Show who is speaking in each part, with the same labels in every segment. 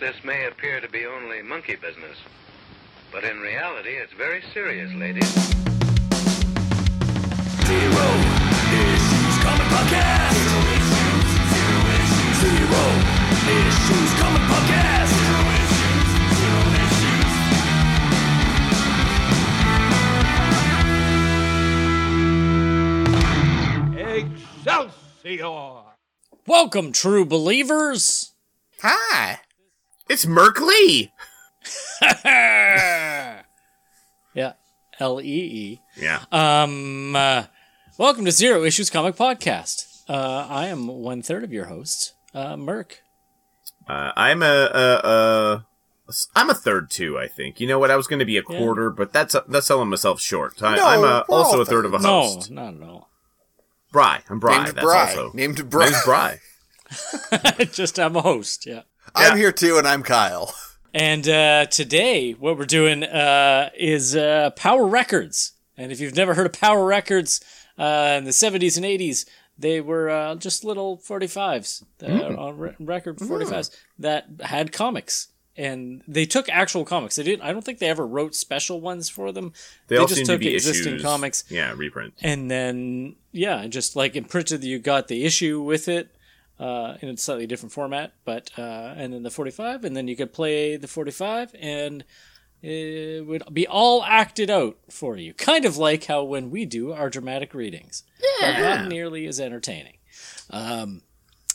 Speaker 1: This may appear to be only monkey business, but in reality, it's very serious, ladies.
Speaker 2: Zero issues comic podcast. Zero issues, zero issues. Zero issues comic podcast. Zero issues, zero issues.
Speaker 3: Excelsior!
Speaker 4: Welcome, true believers.
Speaker 5: Hi, it's Merc Lee.
Speaker 4: yeah, L E E.
Speaker 5: Yeah.
Speaker 4: Um, uh, welcome to Zero Issues Comic Podcast. Uh, I am one third of your host, uh, Merc.
Speaker 5: Uh, I'm a, a, a- a s- I'm a third too. I think you know what I was going to be a quarter, but that's that's selling myself short. I,
Speaker 6: No,
Speaker 5: I'm a,
Speaker 6: we're
Speaker 5: also
Speaker 6: all
Speaker 5: a third of a
Speaker 4: No,
Speaker 5: host.
Speaker 4: not at all.
Speaker 5: Bry, I'm Bry.
Speaker 6: Named
Speaker 5: that's
Speaker 6: Bry.
Speaker 5: also
Speaker 6: Named Bry.
Speaker 5: Name's Bry.
Speaker 4: Just I'm a host. Yeah.
Speaker 6: I'm
Speaker 5: Yeah.
Speaker 6: here too, and I'm Kyle.
Speaker 4: And uh, today, what we're doing uh, is uh, Power Records. And if you've never heard of Power Records uh, in the 70s and 80s, they were uh, just little 45s, uh,
Speaker 5: Hmm.
Speaker 4: on re- record 45s that had comics. And they took actual comics. They didn't. I don't think they ever wrote special ones for them.
Speaker 5: They, all
Speaker 4: just
Speaker 5: seem
Speaker 4: took
Speaker 5: to be
Speaker 4: existing
Speaker 5: issues.
Speaker 4: comics
Speaker 5: Yeah, reprint.
Speaker 4: and then yeah, and just like imprinted, you got the issue with it uh, in a slightly different format, but uh, and then the forty five, and then you could play the forty five, and it would be all acted out for you, kind of like how when we do our dramatic readings, yeah, but not nearly as entertaining. Um,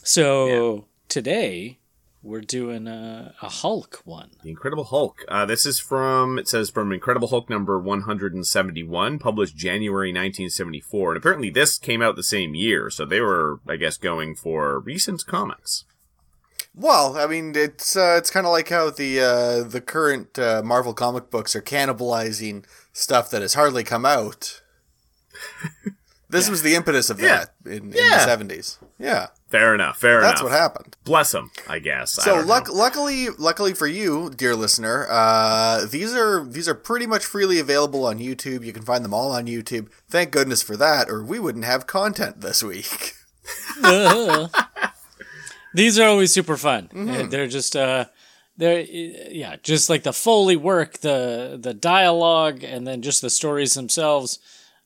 Speaker 4: so today we're doing a, a Hulk one.
Speaker 5: The Incredible Hulk. Uh, this is from, it says, from Incredible Hulk number 171, published January 1974. And apparently this came out the same year, so they were, I guess, going for recent comics.
Speaker 6: Well, I mean, it's uh, it's kind of like how the uh, the current uh, Marvel comic books are cannibalizing stuff that has hardly come out. this was the impetus of
Speaker 5: Yeah.
Speaker 6: that in, in
Speaker 5: Yeah.
Speaker 6: the seventies. Yeah,
Speaker 5: Fair enough, fair
Speaker 6: that's
Speaker 5: enough.
Speaker 6: what happened.
Speaker 5: Bless them, I guess. I
Speaker 6: So
Speaker 5: don't
Speaker 6: luck-
Speaker 5: know.
Speaker 6: luckily, luckily for you, dear listener, uh, these are these are pretty much freely available on YouTube. You can find them all on YouTube. Thank goodness for that, or we wouldn't have content this week.
Speaker 4: These are always super fun. And They're just uh they're uh, yeah, just like the Foley work, the the dialogue and then just the stories themselves.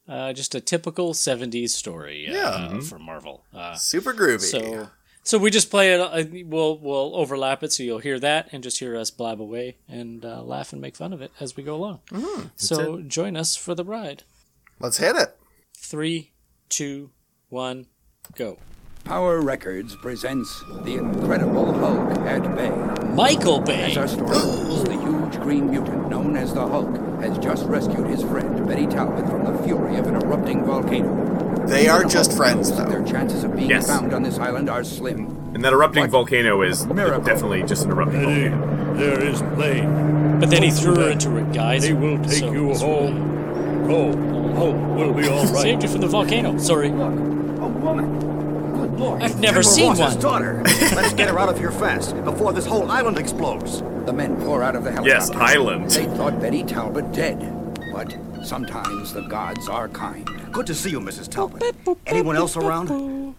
Speaker 4: Uh, just a typical 70s story uh, for Marvel. Uh,
Speaker 6: Super groovy.
Speaker 4: so so we just play it uh, we'll we'll overlap it so you'll hear that and just hear us blab away and uh, laugh and make fun of it as we go along. So join us for the ride.
Speaker 6: Let's hit it.
Speaker 4: Three, two, one, go.
Speaker 7: Power Records presents The Incredible Hulk at Bay.
Speaker 4: Michael Bay.
Speaker 7: As our story goes, the huge green mutant known as the Hulk has just rescued his friend Betty Talbot from the fury of an erupting volcano.
Speaker 6: They are
Speaker 7: The
Speaker 6: just
Speaker 7: Hulk
Speaker 6: friends,
Speaker 7: knows that
Speaker 6: though.
Speaker 7: Their chances of being
Speaker 5: Yes.
Speaker 7: found on this island are slim.
Speaker 5: And that erupting volcano is
Speaker 7: Miracle.
Speaker 5: definitely just an erupting
Speaker 3: Eddie,
Speaker 5: volcano.
Speaker 3: there is plague.
Speaker 4: But then he threw her into a geyser.
Speaker 3: They will take
Speaker 4: so
Speaker 3: you
Speaker 4: it's really-
Speaker 3: home. Go. Hope will be all right.
Speaker 4: Saved you from the volcano. Sorry.
Speaker 8: Look, a woman. Good lord.
Speaker 4: I've never seen
Speaker 8: Ross's
Speaker 4: one.
Speaker 8: daughter. Let's get her out of here fast before this whole island explodes.
Speaker 7: The men pour out of the helicopter.
Speaker 5: Yes, island.
Speaker 7: They thought Betty Talbot dead, but sometimes the gods are kind.
Speaker 8: Good to see you, Mrs. Talbot. Anyone else around?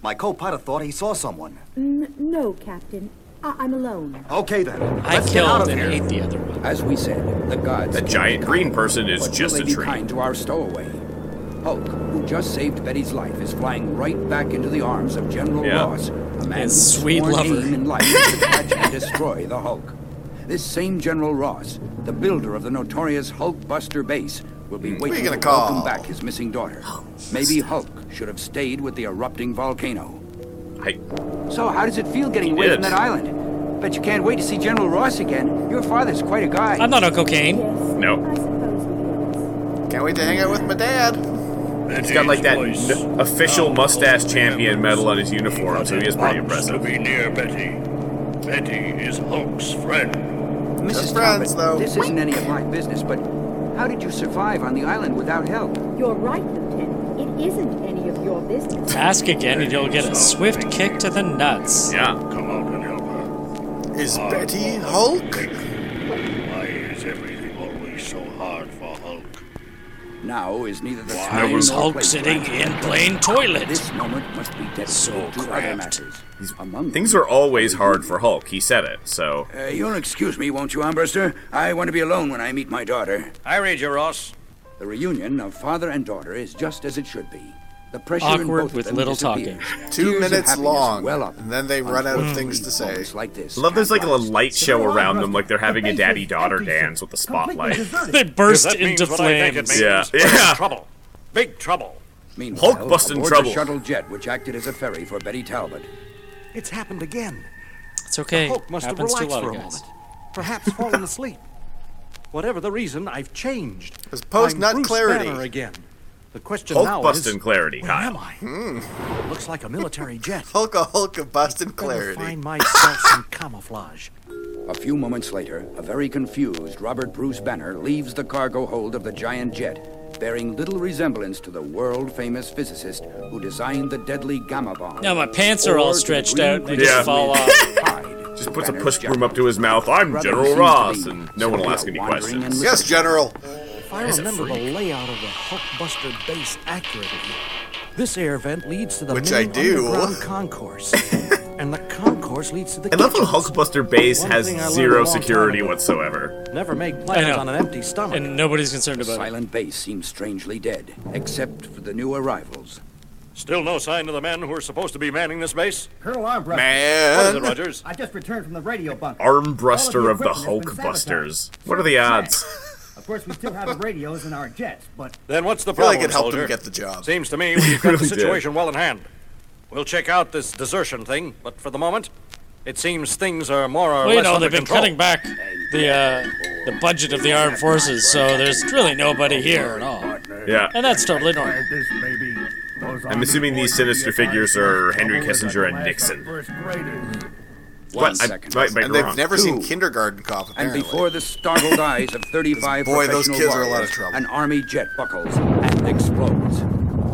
Speaker 8: My co-pilot thought he saw someone.
Speaker 9: N- no, Captain. I- I'm alone.
Speaker 8: Okay then.
Speaker 4: I
Speaker 8: Let's get
Speaker 4: killed
Speaker 8: out of
Speaker 4: and
Speaker 8: here.
Speaker 4: ate the other one.
Speaker 7: As we said, the gods.
Speaker 5: That
Speaker 7: can be
Speaker 5: giant
Speaker 7: kind,
Speaker 5: green person is
Speaker 7: but
Speaker 5: just
Speaker 7: will
Speaker 5: a
Speaker 7: they
Speaker 5: tree.
Speaker 7: Be kind to our stowaway. Hulk, who just saved Betty's life, is flying right back into the arms of General
Speaker 5: Yeah.
Speaker 7: Ross, a man
Speaker 4: His
Speaker 7: whose
Speaker 4: sweet
Speaker 7: sworn
Speaker 4: lover.
Speaker 7: aim in life is to catch and destroy the Hulk. This same General Ross, the builder of the notorious Hulkbuster base, will
Speaker 5: Hmm.
Speaker 7: be waiting
Speaker 6: gonna
Speaker 7: to
Speaker 6: call?
Speaker 7: welcome back his missing daughter.
Speaker 4: Oh,
Speaker 7: Maybe Hulk should have stayed with the erupting volcano.
Speaker 5: I,
Speaker 7: So, how does it feel getting
Speaker 5: He
Speaker 7: away from
Speaker 5: did.
Speaker 7: that island? Bet you can't wait to see General Ross again. Your father's quite a guy.
Speaker 4: I'm not on cocaine.
Speaker 9: Yes.
Speaker 5: No.
Speaker 9: I suppose he is.
Speaker 6: Can't wait to hang out with my dad.
Speaker 5: he's got like that n- official
Speaker 3: Now,
Speaker 5: mustache
Speaker 3: Hulk
Speaker 5: champion
Speaker 3: remembers.
Speaker 5: medal on his uniform, so he is pretty
Speaker 3: wants
Speaker 5: impressive.
Speaker 3: to be near Betty. Betty is Hulk's friend.
Speaker 7: Mrs.
Speaker 6: friends, though.
Speaker 7: Talbot, this isn't any of my business, but how did you survive on the island without help?
Speaker 9: You're right, Lieutenant. It isn't any of your business.
Speaker 4: Ask again and you'll get a swift kick to the nuts.
Speaker 5: Yeah.
Speaker 3: Come out and help her. Ah,
Speaker 6: Is Betty Hulk?
Speaker 3: Why is everything always so hard for Hulk?
Speaker 7: Now is neither the
Speaker 4: Why
Speaker 7: time
Speaker 4: is
Speaker 7: nor
Speaker 4: Hulk
Speaker 7: place
Speaker 4: sitting
Speaker 7: right.
Speaker 4: in plain toilet?
Speaker 7: This moment must be dedicated
Speaker 4: So
Speaker 7: to other
Speaker 4: cramped.
Speaker 7: matters. Among
Speaker 5: Things
Speaker 7: them-
Speaker 5: are always hard for Hulk. He said it, so
Speaker 7: Uh, you'll excuse me, won't you, Armbruster? I want to be alone when I meet my daughter.
Speaker 3: I read you, Ross.
Speaker 7: The reunion of father and daughter is just as it should be. The pressure in
Speaker 4: Awkward
Speaker 7: both of
Speaker 4: with
Speaker 7: them
Speaker 4: little
Speaker 7: disappears.
Speaker 6: Two
Speaker 7: Tears of
Speaker 6: minutes
Speaker 7: happiness
Speaker 6: long,
Speaker 7: well up.
Speaker 6: and then they run out of
Speaker 7: Unfortunately,
Speaker 6: things to say.
Speaker 7: moments Like this
Speaker 5: I love there's
Speaker 7: can't
Speaker 5: like a little
Speaker 7: last.
Speaker 5: light show around them, like they're having a daddy daughter dance with the spotlight.
Speaker 4: They burst into flames.
Speaker 5: Yeah.
Speaker 3: we're in
Speaker 5: Yeah.
Speaker 3: Trouble. Big trouble.
Speaker 7: Meanwhile,
Speaker 5: Hulk bust in
Speaker 7: aboard
Speaker 5: trouble.
Speaker 7: The shuttle jet, which acted as a ferry for Betty Talbot.
Speaker 2: It's happened again.
Speaker 4: It's okay.
Speaker 2: Hulk must have
Speaker 4: Happens to a
Speaker 2: relaxed
Speaker 4: lot
Speaker 2: for
Speaker 4: of
Speaker 2: a
Speaker 4: guys.
Speaker 2: moment. Perhaps fallen asleep. Whatever the reason, I've changed.
Speaker 6: It's post-nut
Speaker 2: I'm Bruce
Speaker 6: clarity.
Speaker 2: Banner again. The question now
Speaker 5: Hulk bust
Speaker 2: is,
Speaker 5: in clarity,
Speaker 2: where am
Speaker 5: Kyle.
Speaker 2: I?
Speaker 6: Hmm.
Speaker 2: It looks like a military jet.
Speaker 6: Hulk a Hulk of Boston
Speaker 2: Better
Speaker 6: clarity.
Speaker 2: find myself some camouflage.
Speaker 7: A few moments later, a very confused Robert Bruce Banner leaves the cargo hold of the giant jet, bearing little resemblance to the world famous physicist who designed the deadly gamma bomb.
Speaker 4: Now my pants are
Speaker 7: or
Speaker 4: all
Speaker 7: to the
Speaker 4: stretched
Speaker 7: green
Speaker 4: out and they
Speaker 7: creature
Speaker 5: just
Speaker 4: fall
Speaker 7: with
Speaker 4: off.
Speaker 7: pride
Speaker 5: Just puts a
Speaker 7: Banner's
Speaker 5: push broom
Speaker 7: jacket.
Speaker 5: up to his mouth. I'm
Speaker 7: Brother
Speaker 5: General
Speaker 7: seems to
Speaker 5: Ross,
Speaker 7: be
Speaker 5: and no one will ask any
Speaker 7: wandering and
Speaker 5: questions.
Speaker 7: listening.
Speaker 6: Yes, General.
Speaker 2: If I remember the layout of the Hulkbuster base accurately, this air vent leads to the
Speaker 6: Which I
Speaker 2: main
Speaker 6: do.
Speaker 2: underground concourse, and the concourse leads to the.
Speaker 5: I love how
Speaker 2: kitchens.
Speaker 5: Hulkbuster Base
Speaker 2: One
Speaker 5: has
Speaker 2: thing I learned a
Speaker 5: zero
Speaker 2: long time
Speaker 5: security
Speaker 2: ago,
Speaker 5: whatsoever.
Speaker 2: Never make
Speaker 4: I
Speaker 2: plans
Speaker 4: know.
Speaker 2: on an empty stomach.
Speaker 4: And nobody's concerned about it.
Speaker 7: Silent Base seems strangely dead, except for the new arrivals.
Speaker 3: Still no sign of the men who are supposed to be manning this base.
Speaker 10: Colonel Armbruster,
Speaker 3: What is it,
Speaker 6: Man.
Speaker 3: Rogers?
Speaker 10: I just returned from the radio bunker.
Speaker 5: Armbruster of the
Speaker 10: All of the equipment has been
Speaker 5: Hulkbusters.
Speaker 10: sabotaged.
Speaker 5: What are the odds?
Speaker 10: Of course, we still have the radios in our jets, but
Speaker 3: Then what's the
Speaker 6: I feel
Speaker 3: problem,
Speaker 6: like it helped
Speaker 3: soldier?
Speaker 6: him get the job.
Speaker 3: Seems to me we've got the
Speaker 5: Really did.
Speaker 3: situation well in hand. We'll check out this desertion thing, but for the moment, it seems things are more or
Speaker 4: Well, you
Speaker 3: less
Speaker 4: know
Speaker 3: under
Speaker 4: they've been
Speaker 3: control.
Speaker 4: cutting back the uh, the budget of the armed forces, so there's really nobody here at all,
Speaker 5: Yeah.
Speaker 4: and that's totally normal.
Speaker 10: this may be.
Speaker 5: I'm assuming these sinister figures are Henry Kissinger and Nixon.
Speaker 7: One
Speaker 5: But I
Speaker 7: second.
Speaker 5: might, might
Speaker 6: And
Speaker 5: be
Speaker 6: they've
Speaker 5: wrong.
Speaker 6: never seen
Speaker 7: Two.
Speaker 6: kindergarten cop.
Speaker 7: And
Speaker 6: Apparently.
Speaker 7: before the startled eyes of 35
Speaker 6: Boy, those
Speaker 7: professional
Speaker 6: kids are a lot
Speaker 7: warriors,
Speaker 6: of trouble.
Speaker 7: an army jet buckles and explodes.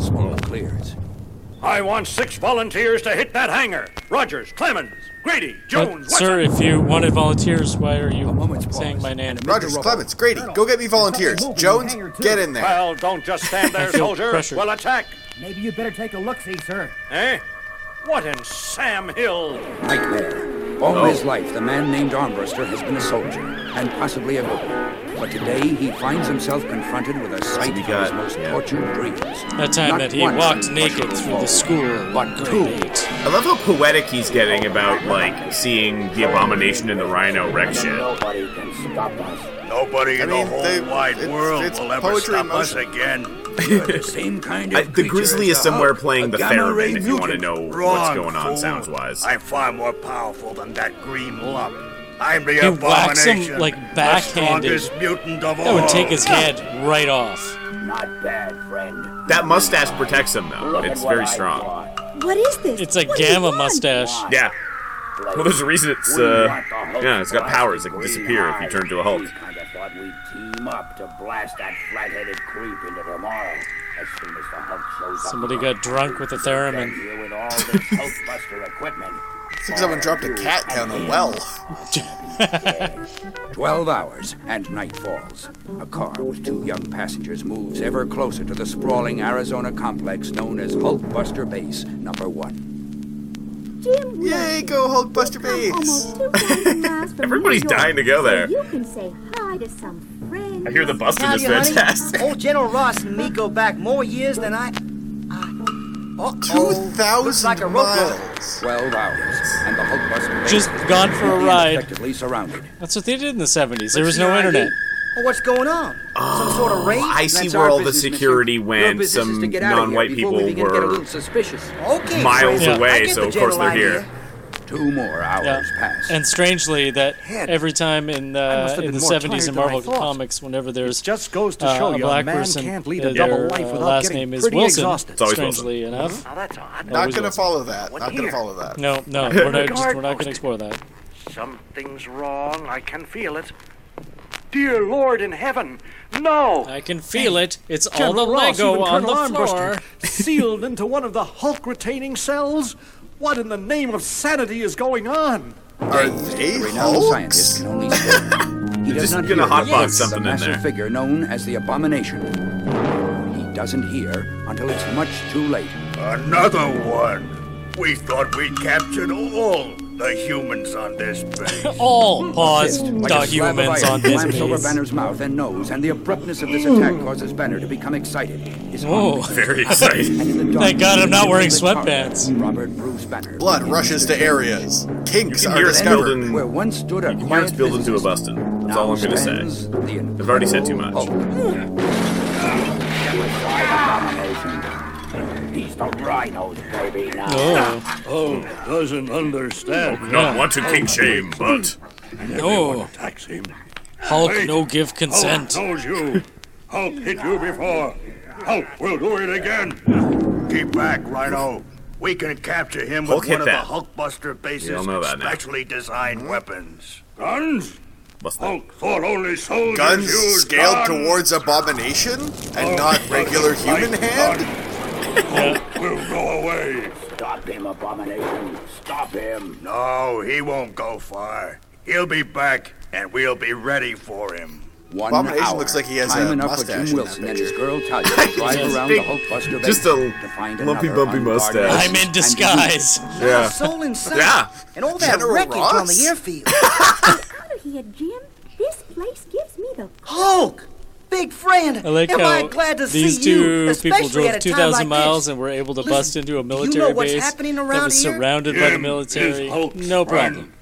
Speaker 7: Smoke clears.
Speaker 3: I want six volunteers to hit that hangar. Rogers, Clemens, Grady, Jones,
Speaker 4: But, sir, if you wanted volunteers, why are
Speaker 7: A
Speaker 4: you
Speaker 7: moment's pause.
Speaker 4: saying my name?
Speaker 7: and amid the
Speaker 6: Rogers,
Speaker 7: rubble,
Speaker 6: Clemens, Grady, go get me volunteers.
Speaker 10: Something moving in
Speaker 6: Jones,
Speaker 10: the hangar, too.
Speaker 6: get in there.
Speaker 3: Well, don't just stand there,
Speaker 4: feel
Speaker 3: soldier.
Speaker 4: pressured.
Speaker 3: We'll attack.
Speaker 10: Maybe you better take a look, see, sir.
Speaker 3: Eh? What in Sam Hill?
Speaker 7: Nightmare. All
Speaker 5: Oh.
Speaker 7: his life, the man named Armbruster has been a soldier, and possibly a good one. But today, he finds himself confronted with a sight
Speaker 5: We
Speaker 7: of
Speaker 5: got-
Speaker 7: his most
Speaker 5: yeah.
Speaker 7: tortured dreams.
Speaker 4: That time
Speaker 7: Not
Speaker 4: that he
Speaker 7: one
Speaker 4: walked
Speaker 7: unquestionable
Speaker 4: naked through
Speaker 7: foe,
Speaker 4: the school,
Speaker 7: but two.
Speaker 4: grade eight.
Speaker 5: I love how poetic he's getting about, like, seeing the abomination and the rhino wreck shit.
Speaker 7: Nobody can stop us.
Speaker 3: Nobody
Speaker 6: I mean, they- it's- it's poetry in motion.
Speaker 3: again.
Speaker 7: You're the same kind of
Speaker 5: I, the
Speaker 7: creature
Speaker 5: Grizzly
Speaker 7: as
Speaker 5: is
Speaker 7: the
Speaker 5: somewhere
Speaker 7: Hulk,
Speaker 5: playing
Speaker 7: a
Speaker 5: the
Speaker 7: gamma ray
Speaker 5: theremin if you want to
Speaker 7: mutant.
Speaker 5: know what's
Speaker 3: Wrong,
Speaker 5: going on
Speaker 3: fool.
Speaker 5: sounds wise.
Speaker 3: I'm far more powerful than that green lump. I'm the
Speaker 4: He whacks him, like, backhanded.
Speaker 3: mutant of
Speaker 4: That would take his head right off.
Speaker 7: Not bad, friend.
Speaker 5: That mustache protects him though.
Speaker 7: Look at
Speaker 5: It's
Speaker 7: what
Speaker 5: very
Speaker 7: I
Speaker 5: strong.
Speaker 7: brought.
Speaker 9: What is this?
Speaker 4: It's a
Speaker 9: What do you
Speaker 4: gamma
Speaker 9: want?
Speaker 4: mustache.
Speaker 5: Yeah. Well, there's a reason it's uh, yeah, it's got powers that can disappear if you turn to a Hulk.
Speaker 7: kind of thought we'd team up to blast that flat-headed creep into tomorrow. As soon as the Hulk shows up.
Speaker 4: Somebody got drunk with a theremin.
Speaker 7: here with all this Hulkbuster equipment.
Speaker 6: Looks like someone dropped a cat down a well.
Speaker 7: Twelve hours, and night falls. A car with two young passengers moves ever closer to the sprawling Arizona complex known as Hulkbuster Base Number One.
Speaker 9: Jim
Speaker 6: Yay, go Hulkbuster
Speaker 9: Come
Speaker 6: Bates!
Speaker 9: almost 2,000 miles from
Speaker 5: Everybody's
Speaker 9: New York,
Speaker 5: dying to go
Speaker 9: so
Speaker 5: there.
Speaker 9: You can say hi to some friends.
Speaker 5: I hear the busting
Speaker 10: Tell
Speaker 5: is
Speaker 10: you, honey.
Speaker 5: fantastic.
Speaker 10: Old General Ross and me go back more years than I. Uh,
Speaker 6: Two thousand
Speaker 10: like a rope ladder.
Speaker 6: miles.
Speaker 7: Twelve hours, and the Hulkbuster Base
Speaker 4: Just
Speaker 7: is
Speaker 4: gone for a
Speaker 7: completely and
Speaker 4: ride.
Speaker 7: Effectively surrounded.
Speaker 4: That's what they did in the 70s. There was
Speaker 10: your
Speaker 4: no
Speaker 10: ID?
Speaker 4: internet.
Speaker 10: Oh, what's going on? Some sort of raid?
Speaker 5: Oh, I see
Speaker 7: That's
Speaker 5: where
Speaker 7: our
Speaker 5: all the
Speaker 7: business, mister.
Speaker 5: security
Speaker 7: Your
Speaker 5: went.
Speaker 7: business is to
Speaker 5: Some
Speaker 7: get out of here
Speaker 5: non-white
Speaker 7: before
Speaker 5: people
Speaker 7: we begin to get a
Speaker 5: were
Speaker 7: little suspicious.
Speaker 10: okay,
Speaker 5: miles
Speaker 10: Fraser,
Speaker 5: away,
Speaker 10: I get
Speaker 5: so
Speaker 10: the
Speaker 5: of course
Speaker 10: general
Speaker 5: they're here.
Speaker 10: idea.
Speaker 7: Two more
Speaker 4: Yeah.
Speaker 7: hours pass.
Speaker 4: And strangely, that every time in the
Speaker 10: must have
Speaker 4: in the
Speaker 10: been more
Speaker 4: 70s
Speaker 10: tired
Speaker 4: in
Speaker 10: than I
Speaker 4: Marvel
Speaker 10: thought.
Speaker 4: comics, whenever there's
Speaker 10: Just goes to
Speaker 4: uh,
Speaker 10: show
Speaker 4: a
Speaker 10: you
Speaker 4: black
Speaker 10: a man
Speaker 4: person,
Speaker 10: can't lead a
Speaker 4: uh,
Speaker 10: double
Speaker 4: their,
Speaker 10: life
Speaker 4: uh,
Speaker 10: without
Speaker 4: last
Speaker 10: getting
Speaker 4: name is
Speaker 10: pretty
Speaker 4: Wilson.
Speaker 10: exhausted. It's
Speaker 5: always
Speaker 4: strangely enough,
Speaker 3: Now that's odd.
Speaker 6: Not
Speaker 4: was
Speaker 6: gonna
Speaker 4: Wilson.
Speaker 6: follow that. Not gonna follow that.
Speaker 4: no, no, we're not just,
Speaker 3: Guard
Speaker 4: we're not going
Speaker 3: post.
Speaker 4: to explore that.
Speaker 3: Something's wrong. I can feel it. Dear Lord in heaven, no!
Speaker 4: I can feel it. It's all
Speaker 10: General
Speaker 4: the
Speaker 10: Ross,
Speaker 4: Lego
Speaker 10: even
Speaker 4: on the
Speaker 10: Colonel
Speaker 4: floor.
Speaker 10: Armbruster, sealed into one of the Hulk retaining cells? What in the name of sanity is going on?
Speaker 6: Are they
Speaker 7: renowned
Speaker 6: Hulks?
Speaker 7: scientist can only stare. He does
Speaker 5: just
Speaker 7: not
Speaker 5: gonna
Speaker 7: hear the
Speaker 5: hotbox
Speaker 7: voice of
Speaker 5: something
Speaker 7: the
Speaker 5: in
Speaker 7: massive
Speaker 5: there.
Speaker 7: figure known as the Abomination. doesn't hear until it's much too late.
Speaker 11: Another one. We thought we captured all the humans on this base.
Speaker 4: All pause.
Speaker 7: Fist, like
Speaker 4: the
Speaker 7: a slab of
Speaker 4: humans
Speaker 7: iron,
Speaker 4: on this
Speaker 7: clamps over
Speaker 4: base.
Speaker 7: Banner's mouth and nose, and the abruptness of this attack causes Banner to become excited. His
Speaker 4: Whoa.
Speaker 7: arm-
Speaker 5: Very exciting.
Speaker 7: and in the dark-
Speaker 4: Thank God I'm not wearing sweatpants.
Speaker 7: Robert Bruce Banner.
Speaker 6: Blood rushes to areas. Kinks
Speaker 5: You can
Speaker 6: are
Speaker 5: hear it
Speaker 6: discovered.
Speaker 5: building.
Speaker 7: Where once stood a
Speaker 5: You can hear
Speaker 7: quiet
Speaker 5: it's building to a
Speaker 7: physicist,
Speaker 5: bustin'. That's
Speaker 7: now
Speaker 5: all I'm gonna
Speaker 7: stands
Speaker 5: say.
Speaker 7: the Oh. in-
Speaker 5: I've already said too much.
Speaker 7: He's the rhinos, baby. Now.
Speaker 4: Oh,
Speaker 11: Oh, doesn't understand.
Speaker 5: Not want to king shame, but
Speaker 4: no.
Speaker 11: Attacks him.
Speaker 4: Hulk, no give
Speaker 11: Hulk
Speaker 4: consent.
Speaker 11: knows you. Hulk hit you before. Hulk will do it again. Keep back, Rhino. We can capture him
Speaker 5: Hulk
Speaker 11: with
Speaker 5: hit
Speaker 11: one of
Speaker 5: that.
Speaker 11: the Hulkbuster base's
Speaker 5: We all know that now.
Speaker 11: specially designed weapons. Guns?
Speaker 5: what's that?
Speaker 11: Hulk thought only soldiers
Speaker 6: Guns
Speaker 11: used
Speaker 6: scaled
Speaker 11: guns.
Speaker 6: towards abomination and
Speaker 3: Oh,
Speaker 11: Hulk
Speaker 6: not regular
Speaker 11: doesn't like
Speaker 6: human hand.
Speaker 11: guns. Hulk will go away.
Speaker 7: Stop him, Abomination. Stop him.
Speaker 11: No, he won't go far. He'll be back, and we'll be ready for him.
Speaker 7: One
Speaker 6: Abomination
Speaker 7: hour.
Speaker 6: looks like he has
Speaker 7: Time
Speaker 6: a
Speaker 7: enough
Speaker 6: mustache in
Speaker 7: for
Speaker 6: that
Speaker 7: Jim Wilson and his
Speaker 6: picture.
Speaker 7: girl Talia to drive
Speaker 5: Just
Speaker 7: around
Speaker 5: big-
Speaker 7: the Hulkbuster base
Speaker 5: just a
Speaker 7: to find
Speaker 5: lumpy,
Speaker 7: another
Speaker 5: bumpy
Speaker 7: unguarded
Speaker 5: mustache.
Speaker 7: and
Speaker 4: I'm in
Speaker 7: unique-
Speaker 4: disguise.
Speaker 5: Yeah.
Speaker 8: Soul inside.
Speaker 5: Yeah.
Speaker 8: And all that
Speaker 6: General
Speaker 8: wreckage on
Speaker 6: Ross?
Speaker 8: the airfield.
Speaker 9: Out of here, Jim. This place gives me the.
Speaker 8: Hulk! Big friend!
Speaker 4: I like
Speaker 8: am
Speaker 4: how
Speaker 8: I glad to
Speaker 4: these
Speaker 8: see you,
Speaker 4: two people
Speaker 8: especially at
Speaker 4: drove
Speaker 8: a
Speaker 4: 2,000
Speaker 8: time like
Speaker 4: miles
Speaker 8: this.
Speaker 4: and were able to
Speaker 8: Listen,
Speaker 4: bust into
Speaker 8: do
Speaker 4: a
Speaker 8: you know
Speaker 4: military
Speaker 8: what's
Speaker 4: base
Speaker 8: happening
Speaker 4: that
Speaker 8: around
Speaker 4: was
Speaker 8: here?
Speaker 4: surrounded by the
Speaker 11: Jim
Speaker 4: military.
Speaker 11: is Hulk's
Speaker 4: No
Speaker 11: friend.
Speaker 4: problem.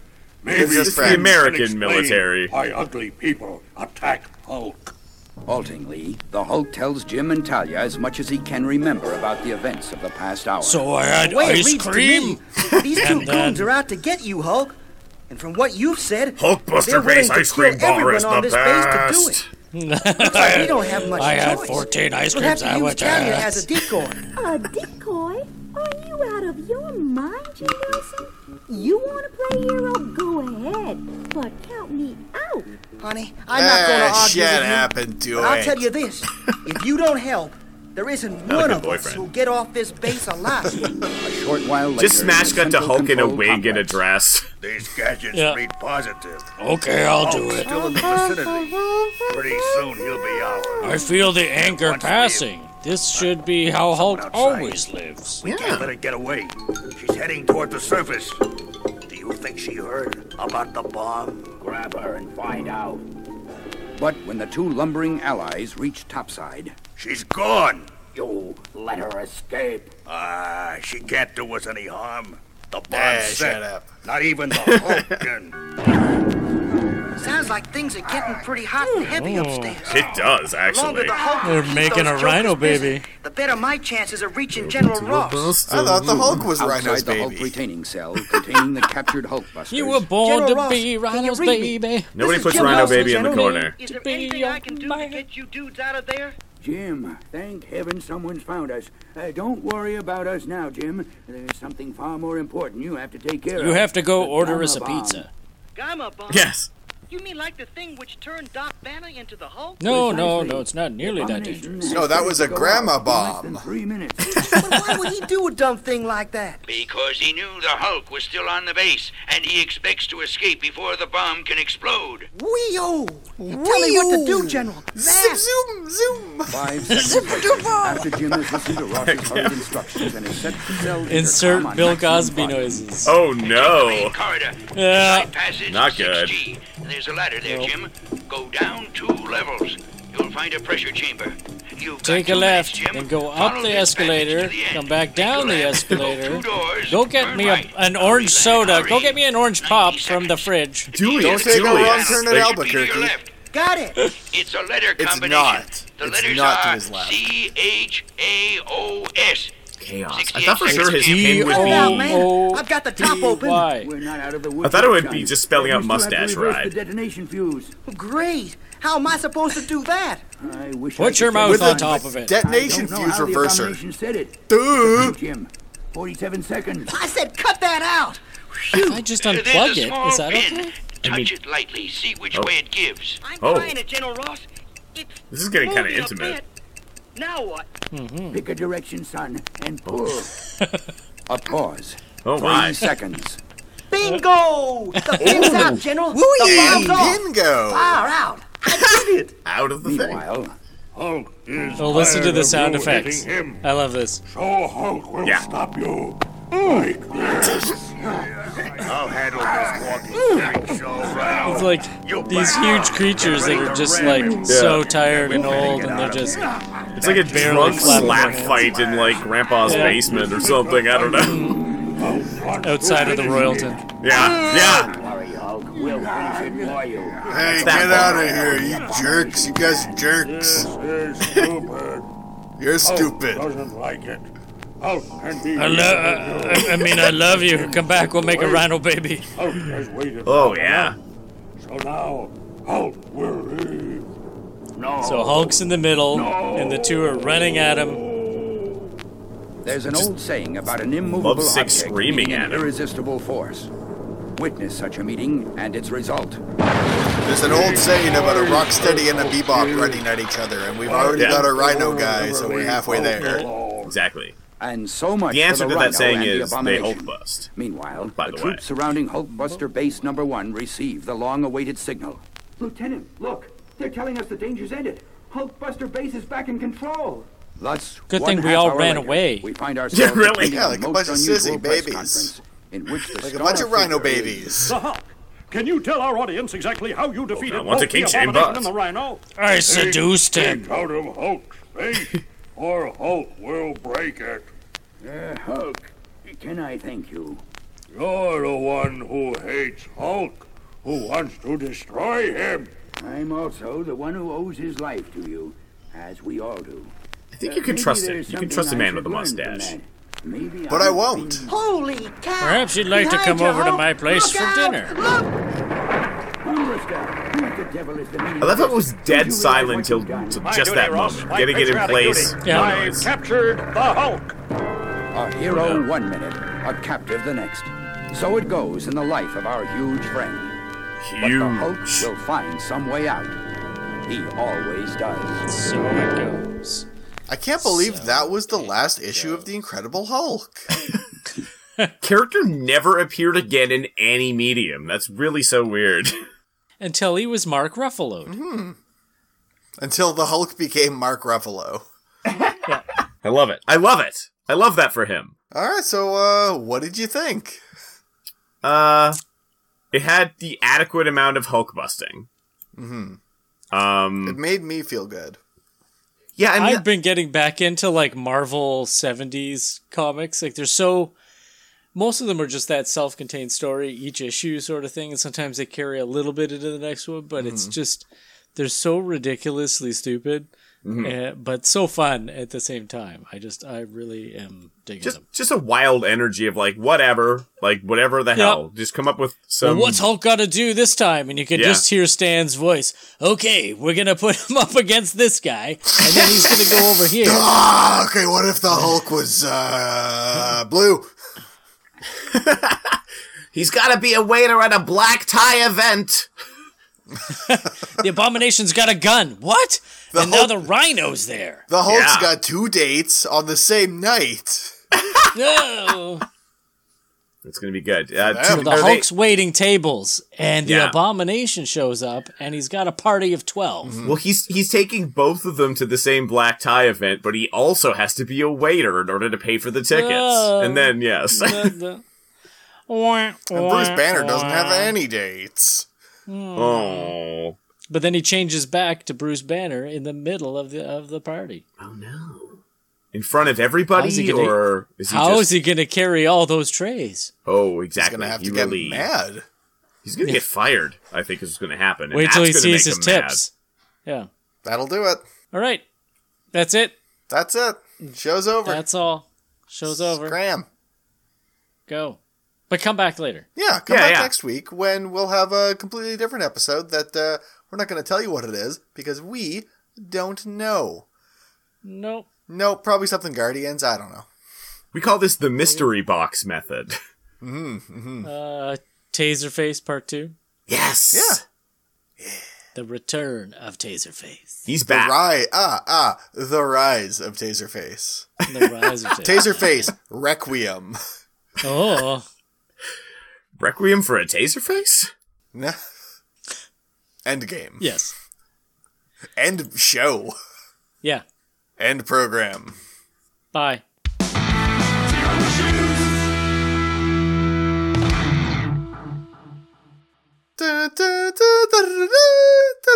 Speaker 11: Maybe
Speaker 6: It's his
Speaker 11: you
Speaker 6: friend.
Speaker 5: The
Speaker 11: can
Speaker 5: American
Speaker 11: explain
Speaker 5: military.
Speaker 11: Why ugly people attack Hulk.
Speaker 7: Haltingly, the Hulk tells Jim and Talia as much as he can remember about the events of the past hour.
Speaker 4: So I had
Speaker 8: The way it
Speaker 4: ice
Speaker 8: reads to
Speaker 4: cream.
Speaker 8: me, These two
Speaker 4: And then-
Speaker 8: goons are out to get you, Hulk. And from what you've said,
Speaker 5: Hulkbuster
Speaker 8: they're willing
Speaker 5: base
Speaker 8: to
Speaker 5: ice cream
Speaker 8: kill
Speaker 5: bar
Speaker 8: everyone
Speaker 5: is the
Speaker 8: on this base to do
Speaker 5: best.
Speaker 8: it. Looks like we don't have much
Speaker 4: I had
Speaker 8: choice.
Speaker 4: 14 ice
Speaker 8: We'll
Speaker 4: cream
Speaker 8: have to
Speaker 4: sandwiches.
Speaker 8: use Talia as a decoy.
Speaker 9: A decoy? Are you out of your mind, Jim Wilson? You want to play hero? Go ahead. But count me out.
Speaker 8: Honey, I'm not going to
Speaker 6: Ah, shit
Speaker 8: argue with you.
Speaker 6: happened to
Speaker 8: but I'll
Speaker 6: it.
Speaker 8: tell you this: if you don't help, there isn't
Speaker 5: a
Speaker 8: one
Speaker 5: good
Speaker 8: of us
Speaker 5: boyfriend.
Speaker 8: who'll get off this base alive.
Speaker 7: A short while later,
Speaker 5: Just Smash
Speaker 7: in
Speaker 5: got
Speaker 7: a
Speaker 5: to
Speaker 7: central
Speaker 5: Hulk in a
Speaker 7: control
Speaker 5: wig and a
Speaker 7: complex,
Speaker 5: dress.
Speaker 11: These gadgets
Speaker 4: Yeah.
Speaker 11: read positive.
Speaker 4: Okay, I'll do
Speaker 11: Hulk's
Speaker 4: it.
Speaker 11: Oh, still in the vicinity. Pretty soon he'll be ours.
Speaker 4: I feel the anger
Speaker 11: Once we-
Speaker 4: passing. This should be how Hulk
Speaker 11: outside.
Speaker 4: always lives.
Speaker 11: We can't let her get away. She's heading toward the surface. Do you think she heard about the bomb?
Speaker 7: Grab her and find out. But when the two lumbering allies reach topside,
Speaker 11: She's gone.
Speaker 7: you let her escape.
Speaker 11: Ah, she can't do us any harm. The bomb
Speaker 6: Ah,
Speaker 11: set.
Speaker 6: shut up.
Speaker 11: Not even the Hulk can.
Speaker 8: Sounds like things are getting pretty hot and heavy upstairs.
Speaker 5: It does
Speaker 8: The longer
Speaker 5: actually.
Speaker 8: the Hulk
Speaker 4: They're
Speaker 8: keeps
Speaker 4: making
Speaker 8: those
Speaker 4: a rhino
Speaker 8: jokers busy,
Speaker 4: baby.
Speaker 8: the better my chances of reaching General Ross.
Speaker 6: I thought the Hulk was
Speaker 7: Outside
Speaker 6: Rhino's
Speaker 7: the Hulk
Speaker 6: baby.
Speaker 7: retaining cell containing the captured Hulkbusters,
Speaker 4: You were born
Speaker 8: General
Speaker 4: to
Speaker 8: Ross,
Speaker 4: be
Speaker 8: can you
Speaker 4: Rhino's
Speaker 8: read me?
Speaker 4: baby.
Speaker 5: Nobody
Speaker 8: This is
Speaker 5: puts
Speaker 8: Jim
Speaker 5: Rhino
Speaker 8: Wilson,
Speaker 5: Baby in the
Speaker 8: gentlemen.
Speaker 5: corner.
Speaker 8: Is
Speaker 4: To
Speaker 8: there
Speaker 4: be
Speaker 8: anything I can do to
Speaker 4: mine.
Speaker 8: get you dudes out of there?
Speaker 7: Jim, thank heaven someone's found us. Uh, don't worry about us now, Jim. There's something far more important you have to take care of.
Speaker 4: You have to go
Speaker 7: The
Speaker 4: order us a
Speaker 7: Gamma bomb.
Speaker 4: pizza.
Speaker 12: Gamma bomb?
Speaker 5: Yes.
Speaker 12: You mean like the thing which turned Doc Banner into the Hulk?
Speaker 4: No, no,
Speaker 7: Precisely.
Speaker 4: no, it's not nearly that dangerous.
Speaker 6: No, that was a grandma bomb.
Speaker 7: Three minutes.
Speaker 8: but why would he do a dumb thing like that?
Speaker 12: Because he knew the Hulk was still on the base, and he expects to escape before the bomb can explode.
Speaker 8: Wee-oo! Tell me what to do, General.
Speaker 6: Zoom,
Speaker 8: Fast!
Speaker 6: zoom, zoom.
Speaker 7: Five seconds later, after Jim has listened to Ross's hurried instructions and is set to sell intercom
Speaker 4: Insert
Speaker 7: on
Speaker 4: Bill
Speaker 7: maximum
Speaker 4: Cosby
Speaker 7: volume.
Speaker 4: noises.
Speaker 5: Oh no.
Speaker 12: Corridor.
Speaker 4: Yeah.
Speaker 12: Passage
Speaker 5: Not good.
Speaker 12: 6G. There's a ladder there,
Speaker 4: Uh, Nope.
Speaker 12: Jim. Go down two levels. You'll find a pressure chamber. You've got
Speaker 4: Take a
Speaker 12: two
Speaker 4: left,
Speaker 12: minutes, Jim.
Speaker 4: then go up
Speaker 12: Follow
Speaker 4: the
Speaker 12: this passage
Speaker 4: escalator,
Speaker 12: to the end.
Speaker 4: come back down
Speaker 12: Take a
Speaker 4: the
Speaker 12: left, go
Speaker 4: escalator.
Speaker 12: two doors,
Speaker 4: Go get
Speaker 12: turn
Speaker 4: me a,
Speaker 12: right.
Speaker 4: an
Speaker 12: Hurry,
Speaker 4: orange
Speaker 12: lad,
Speaker 4: soda. Go
Speaker 12: hurry.
Speaker 4: get me an orange
Speaker 12: 90
Speaker 4: pop from the
Speaker 12: seconds.
Speaker 4: fridge.
Speaker 5: Julius,
Speaker 6: Don't take a wrong
Speaker 5: Julius.
Speaker 6: turn at
Speaker 5: They-
Speaker 12: Be to your
Speaker 6: Albuquerque.
Speaker 12: left.
Speaker 8: Got it!
Speaker 12: It's a letter
Speaker 6: It's
Speaker 12: combination.
Speaker 6: not.
Speaker 12: The
Speaker 6: It's
Speaker 12: letters
Speaker 6: not to
Speaker 12: are
Speaker 6: his left.
Speaker 12: C H A O S.
Speaker 5: Chaos. I thought for sure
Speaker 4: It's
Speaker 5: his name
Speaker 8: Hold
Speaker 5: would
Speaker 8: out,
Speaker 5: be. Oh,
Speaker 8: man! I've got the top open!
Speaker 4: Why?
Speaker 7: We're not out of the woods.
Speaker 5: I thought it would be
Speaker 7: yet, John.
Speaker 5: just spelling out
Speaker 7: We still have to
Speaker 5: mustache
Speaker 7: reverse
Speaker 5: ride.
Speaker 7: The detonation fuse.
Speaker 8: Great! How am I supposed to do that?
Speaker 7: I wish I
Speaker 4: Put
Speaker 7: could
Speaker 4: your
Speaker 7: say
Speaker 4: mouth
Speaker 7: something.
Speaker 4: on top of it.
Speaker 6: Detonation
Speaker 7: I don't know
Speaker 6: fuse
Speaker 7: how the
Speaker 6: reverser.
Speaker 7: abomination said it.
Speaker 6: Duh.
Speaker 7: Jim, 47 seconds.
Speaker 8: I said cut that out!
Speaker 4: If I just unplug it, is that okay?
Speaker 12: Touch
Speaker 5: I mean-
Speaker 12: it lightly. See which
Speaker 5: Oh.
Speaker 12: way it gives. I'm
Speaker 5: Oh.
Speaker 12: trying it, General Ross. It's
Speaker 5: This is getting kind of
Speaker 12: moving a
Speaker 5: intimate.
Speaker 12: bit. Now what?
Speaker 7: Pick a direction, son, and pull. a pause.
Speaker 5: Oh
Speaker 7: Three
Speaker 5: my.
Speaker 7: seconds.
Speaker 8: Bingo! The pin's out, General! The
Speaker 6: Woo-yee.
Speaker 8: bomb's off!
Speaker 6: Bingo.
Speaker 8: Far out! I did it!
Speaker 5: Out of the thing.
Speaker 7: Meanwhile,
Speaker 11: Hulk is.
Speaker 4: Oh, listen to
Speaker 11: tired
Speaker 4: the
Speaker 11: of
Speaker 4: sound
Speaker 11: you
Speaker 4: effects.
Speaker 11: hitting him.
Speaker 4: I love this.
Speaker 11: So Hulk will
Speaker 4: Yeah.
Speaker 11: stop you. Like this. I'll handle this walking show right
Speaker 4: It's like these huge creatures that are just like so tired and old, and they're just.
Speaker 5: It's like a
Speaker 4: barely
Speaker 5: drunk
Speaker 4: flapping their
Speaker 5: slap
Speaker 4: hands.
Speaker 5: fight in like grandpa's
Speaker 4: Yeah.
Speaker 5: basement or something. I don't know.
Speaker 4: outside of the Royalton.
Speaker 5: Yeah, yeah.
Speaker 2: Hey,
Speaker 5: that
Speaker 2: get out of here, you jerks. You guys are jerks. You're stupid.
Speaker 11: doesn't like it. Hulk can be.
Speaker 4: I, lo- I, I- I mean, I love you. Come back, we'll make a rhino baby.
Speaker 11: Hulk has waited.
Speaker 5: Oh yeah.
Speaker 11: So now, Hulk will leave. No.
Speaker 4: So Hulk's in the middle, and the two are running at him.
Speaker 7: There's an old saying about an immovable
Speaker 4: lovesick
Speaker 7: object
Speaker 4: screaming
Speaker 7: being
Speaker 4: at
Speaker 7: an
Speaker 4: him.
Speaker 7: irresistible force. Witness such a meeting and its result.
Speaker 6: There's an old saying about a rock steady and a bebop running at each other, and we've already
Speaker 7: Yeah.
Speaker 6: got our rhino guy, so we're halfway there.
Speaker 5: Exactly.
Speaker 7: And so much.
Speaker 5: The
Speaker 7: for
Speaker 5: answer
Speaker 7: the
Speaker 5: to that
Speaker 7: rhino
Speaker 5: saying
Speaker 7: and the
Speaker 5: is they
Speaker 7: abomination.
Speaker 5: Hulk bust.
Speaker 7: Meanwhile,
Speaker 5: By
Speaker 7: the,
Speaker 5: the way.
Speaker 7: troops surrounding Hulkbuster Base Number One receive the long-awaited signal.
Speaker 13: Lieutenant, look. They're telling us the danger's ended. Hulkbuster Base is back in control.
Speaker 7: Thus,
Speaker 4: Good
Speaker 7: one
Speaker 4: thing we
Speaker 7: half
Speaker 4: all
Speaker 7: hour
Speaker 4: ran
Speaker 7: later,
Speaker 4: away.
Speaker 7: We find
Speaker 4: Yeah,
Speaker 7: ourselves
Speaker 4: really.
Speaker 7: attending
Speaker 4: Yeah,
Speaker 7: the
Speaker 4: like a
Speaker 7: most
Speaker 4: bunch of sissy
Speaker 7: unusual press
Speaker 6: babies.
Speaker 7: conference In which the
Speaker 6: Like a
Speaker 7: star
Speaker 6: bunch of rhino
Speaker 7: figure is-
Speaker 6: babies.
Speaker 10: The
Speaker 8: Uh-huh.
Speaker 10: Hulk. Can you tell our audience exactly how you defeated
Speaker 5: I want
Speaker 10: both
Speaker 5: a king
Speaker 10: the
Speaker 5: chain
Speaker 10: Abomination
Speaker 5: bus.
Speaker 10: and the Rhino?
Speaker 4: I seduced him.
Speaker 11: Get out of Hulk's face, or Hulk will break it.
Speaker 7: Uh, Hulk, can I thank you?
Speaker 11: You're the one who hates Hulk, who wants to destroy him.
Speaker 7: I'm also the one who owes his life to you, as we all do.
Speaker 5: I think you can trust him. You can trust a man with a mustache.
Speaker 6: But I won't.
Speaker 2: Holy cow!
Speaker 4: Perhaps you'd like to come over to my place for dinner.
Speaker 5: I love how it was dead silent till till just that moment. Getting it in place.
Speaker 10: I've captured the Hulk.
Speaker 7: A hero one minute, a captive the next. So it goes in the life of our huge friend. But the Hulk will find some way out. He always does.
Speaker 4: So it goes.
Speaker 6: I can't believe that was the last issue of The Incredible Hulk.
Speaker 5: Character never appeared again in any medium. That's really so weird.
Speaker 4: Until he was Mark Ruffalo.
Speaker 6: Until the Hulk became Mark Ruffalo.
Speaker 5: I love it. I love it. I love that for him.
Speaker 6: All right, so uh, what did you think?
Speaker 5: Uh, it had the adequate amount of Hulk busting.
Speaker 6: hmm
Speaker 5: Um,
Speaker 6: It made me feel good.
Speaker 5: Yeah, I
Speaker 6: mean-
Speaker 4: have been getting back into like Marvel '70s comics. Like, they're so most of them are just that self-contained story, each issue sort of thing, and sometimes they carry a little bit into the next one. But it's
Speaker 5: Mhm.
Speaker 4: just they're so ridiculously stupid,
Speaker 5: Mhm.
Speaker 4: uh, but so fun at the same time. I just I really am digging
Speaker 5: just
Speaker 4: them.
Speaker 5: just a wild energy of like whatever, like whatever the
Speaker 4: Yeah.
Speaker 5: hell. Just come up with some.
Speaker 4: well, what's Hulk got to do this time? And you can
Speaker 5: Yeah.
Speaker 4: just hear Stan's voice. Okay, we're gonna put him up against this guy, and then he's gonna go over here.
Speaker 6: Ah, okay, what if the Hulk was uh, blue?
Speaker 5: He's got to be a waiter at a black tie event.
Speaker 4: the abomination's got a gun. What? and now the rhino's there.
Speaker 6: The Hulk's
Speaker 4: Yeah.
Speaker 6: got two dates on the same night.
Speaker 4: no.
Speaker 5: It's gonna be good. Uh,
Speaker 4: So
Speaker 5: two-
Speaker 4: the
Speaker 5: are they-
Speaker 4: Hulk's waiting tables, and the
Speaker 5: Yeah.
Speaker 4: abomination shows up, and he's got a party of 12
Speaker 5: Well, he's he's taking both of them to the same black tie event, but he also has to be a waiter in order to pay for the tickets.
Speaker 4: No.
Speaker 5: and then yes,
Speaker 4: And
Speaker 6: Bruce Banner doesn't have any dates.
Speaker 5: oh,
Speaker 4: But then he changes back to Bruce Banner in the middle of the of the party.
Speaker 5: Oh no! in front of everybody,
Speaker 4: How's he gonna-
Speaker 5: or is he
Speaker 4: How
Speaker 5: just?
Speaker 4: is he going to carry all those trays?
Speaker 5: Oh, exactly.
Speaker 4: gonna have
Speaker 5: He
Speaker 4: to get
Speaker 5: really-
Speaker 4: mad.
Speaker 5: He's gonna get fired. I think is what's gonna happen. and
Speaker 4: Wait till he
Speaker 5: that's gonna
Speaker 4: sees
Speaker 5: make
Speaker 4: his
Speaker 5: him mad.
Speaker 4: tips. Yeah.
Speaker 6: That'll do it.
Speaker 4: All right. That's it.
Speaker 6: That's it. Show's over.
Speaker 4: That's all. Show's over.
Speaker 6: Graham.
Speaker 4: Go. But come back later.
Speaker 6: Yeah, come
Speaker 4: Yeah,
Speaker 6: back
Speaker 4: yeah.
Speaker 6: next week when we'll have a completely different episode that uh, we're not going to tell you what it is because we don't know.
Speaker 4: Nope.
Speaker 6: Nope, probably something Guardians. I don't know.
Speaker 5: We call this the mystery box method.
Speaker 6: Mm-hmm.
Speaker 4: Uh, Taserface Part 2.
Speaker 5: Yes. Yeah.
Speaker 4: The return of Taserface.
Speaker 5: He's
Speaker 6: The rise, ah, ah, the rise of Taserface.
Speaker 4: The rise of Taserface.
Speaker 6: Taserface, Requiem.
Speaker 4: Oh.
Speaker 5: Requiem for a taser face?
Speaker 6: Endgame.
Speaker 4: Yes.
Speaker 6: End show.
Speaker 4: Yeah.
Speaker 6: End program.
Speaker 4: Bye.
Speaker 6: Da, da, da, da, da, da.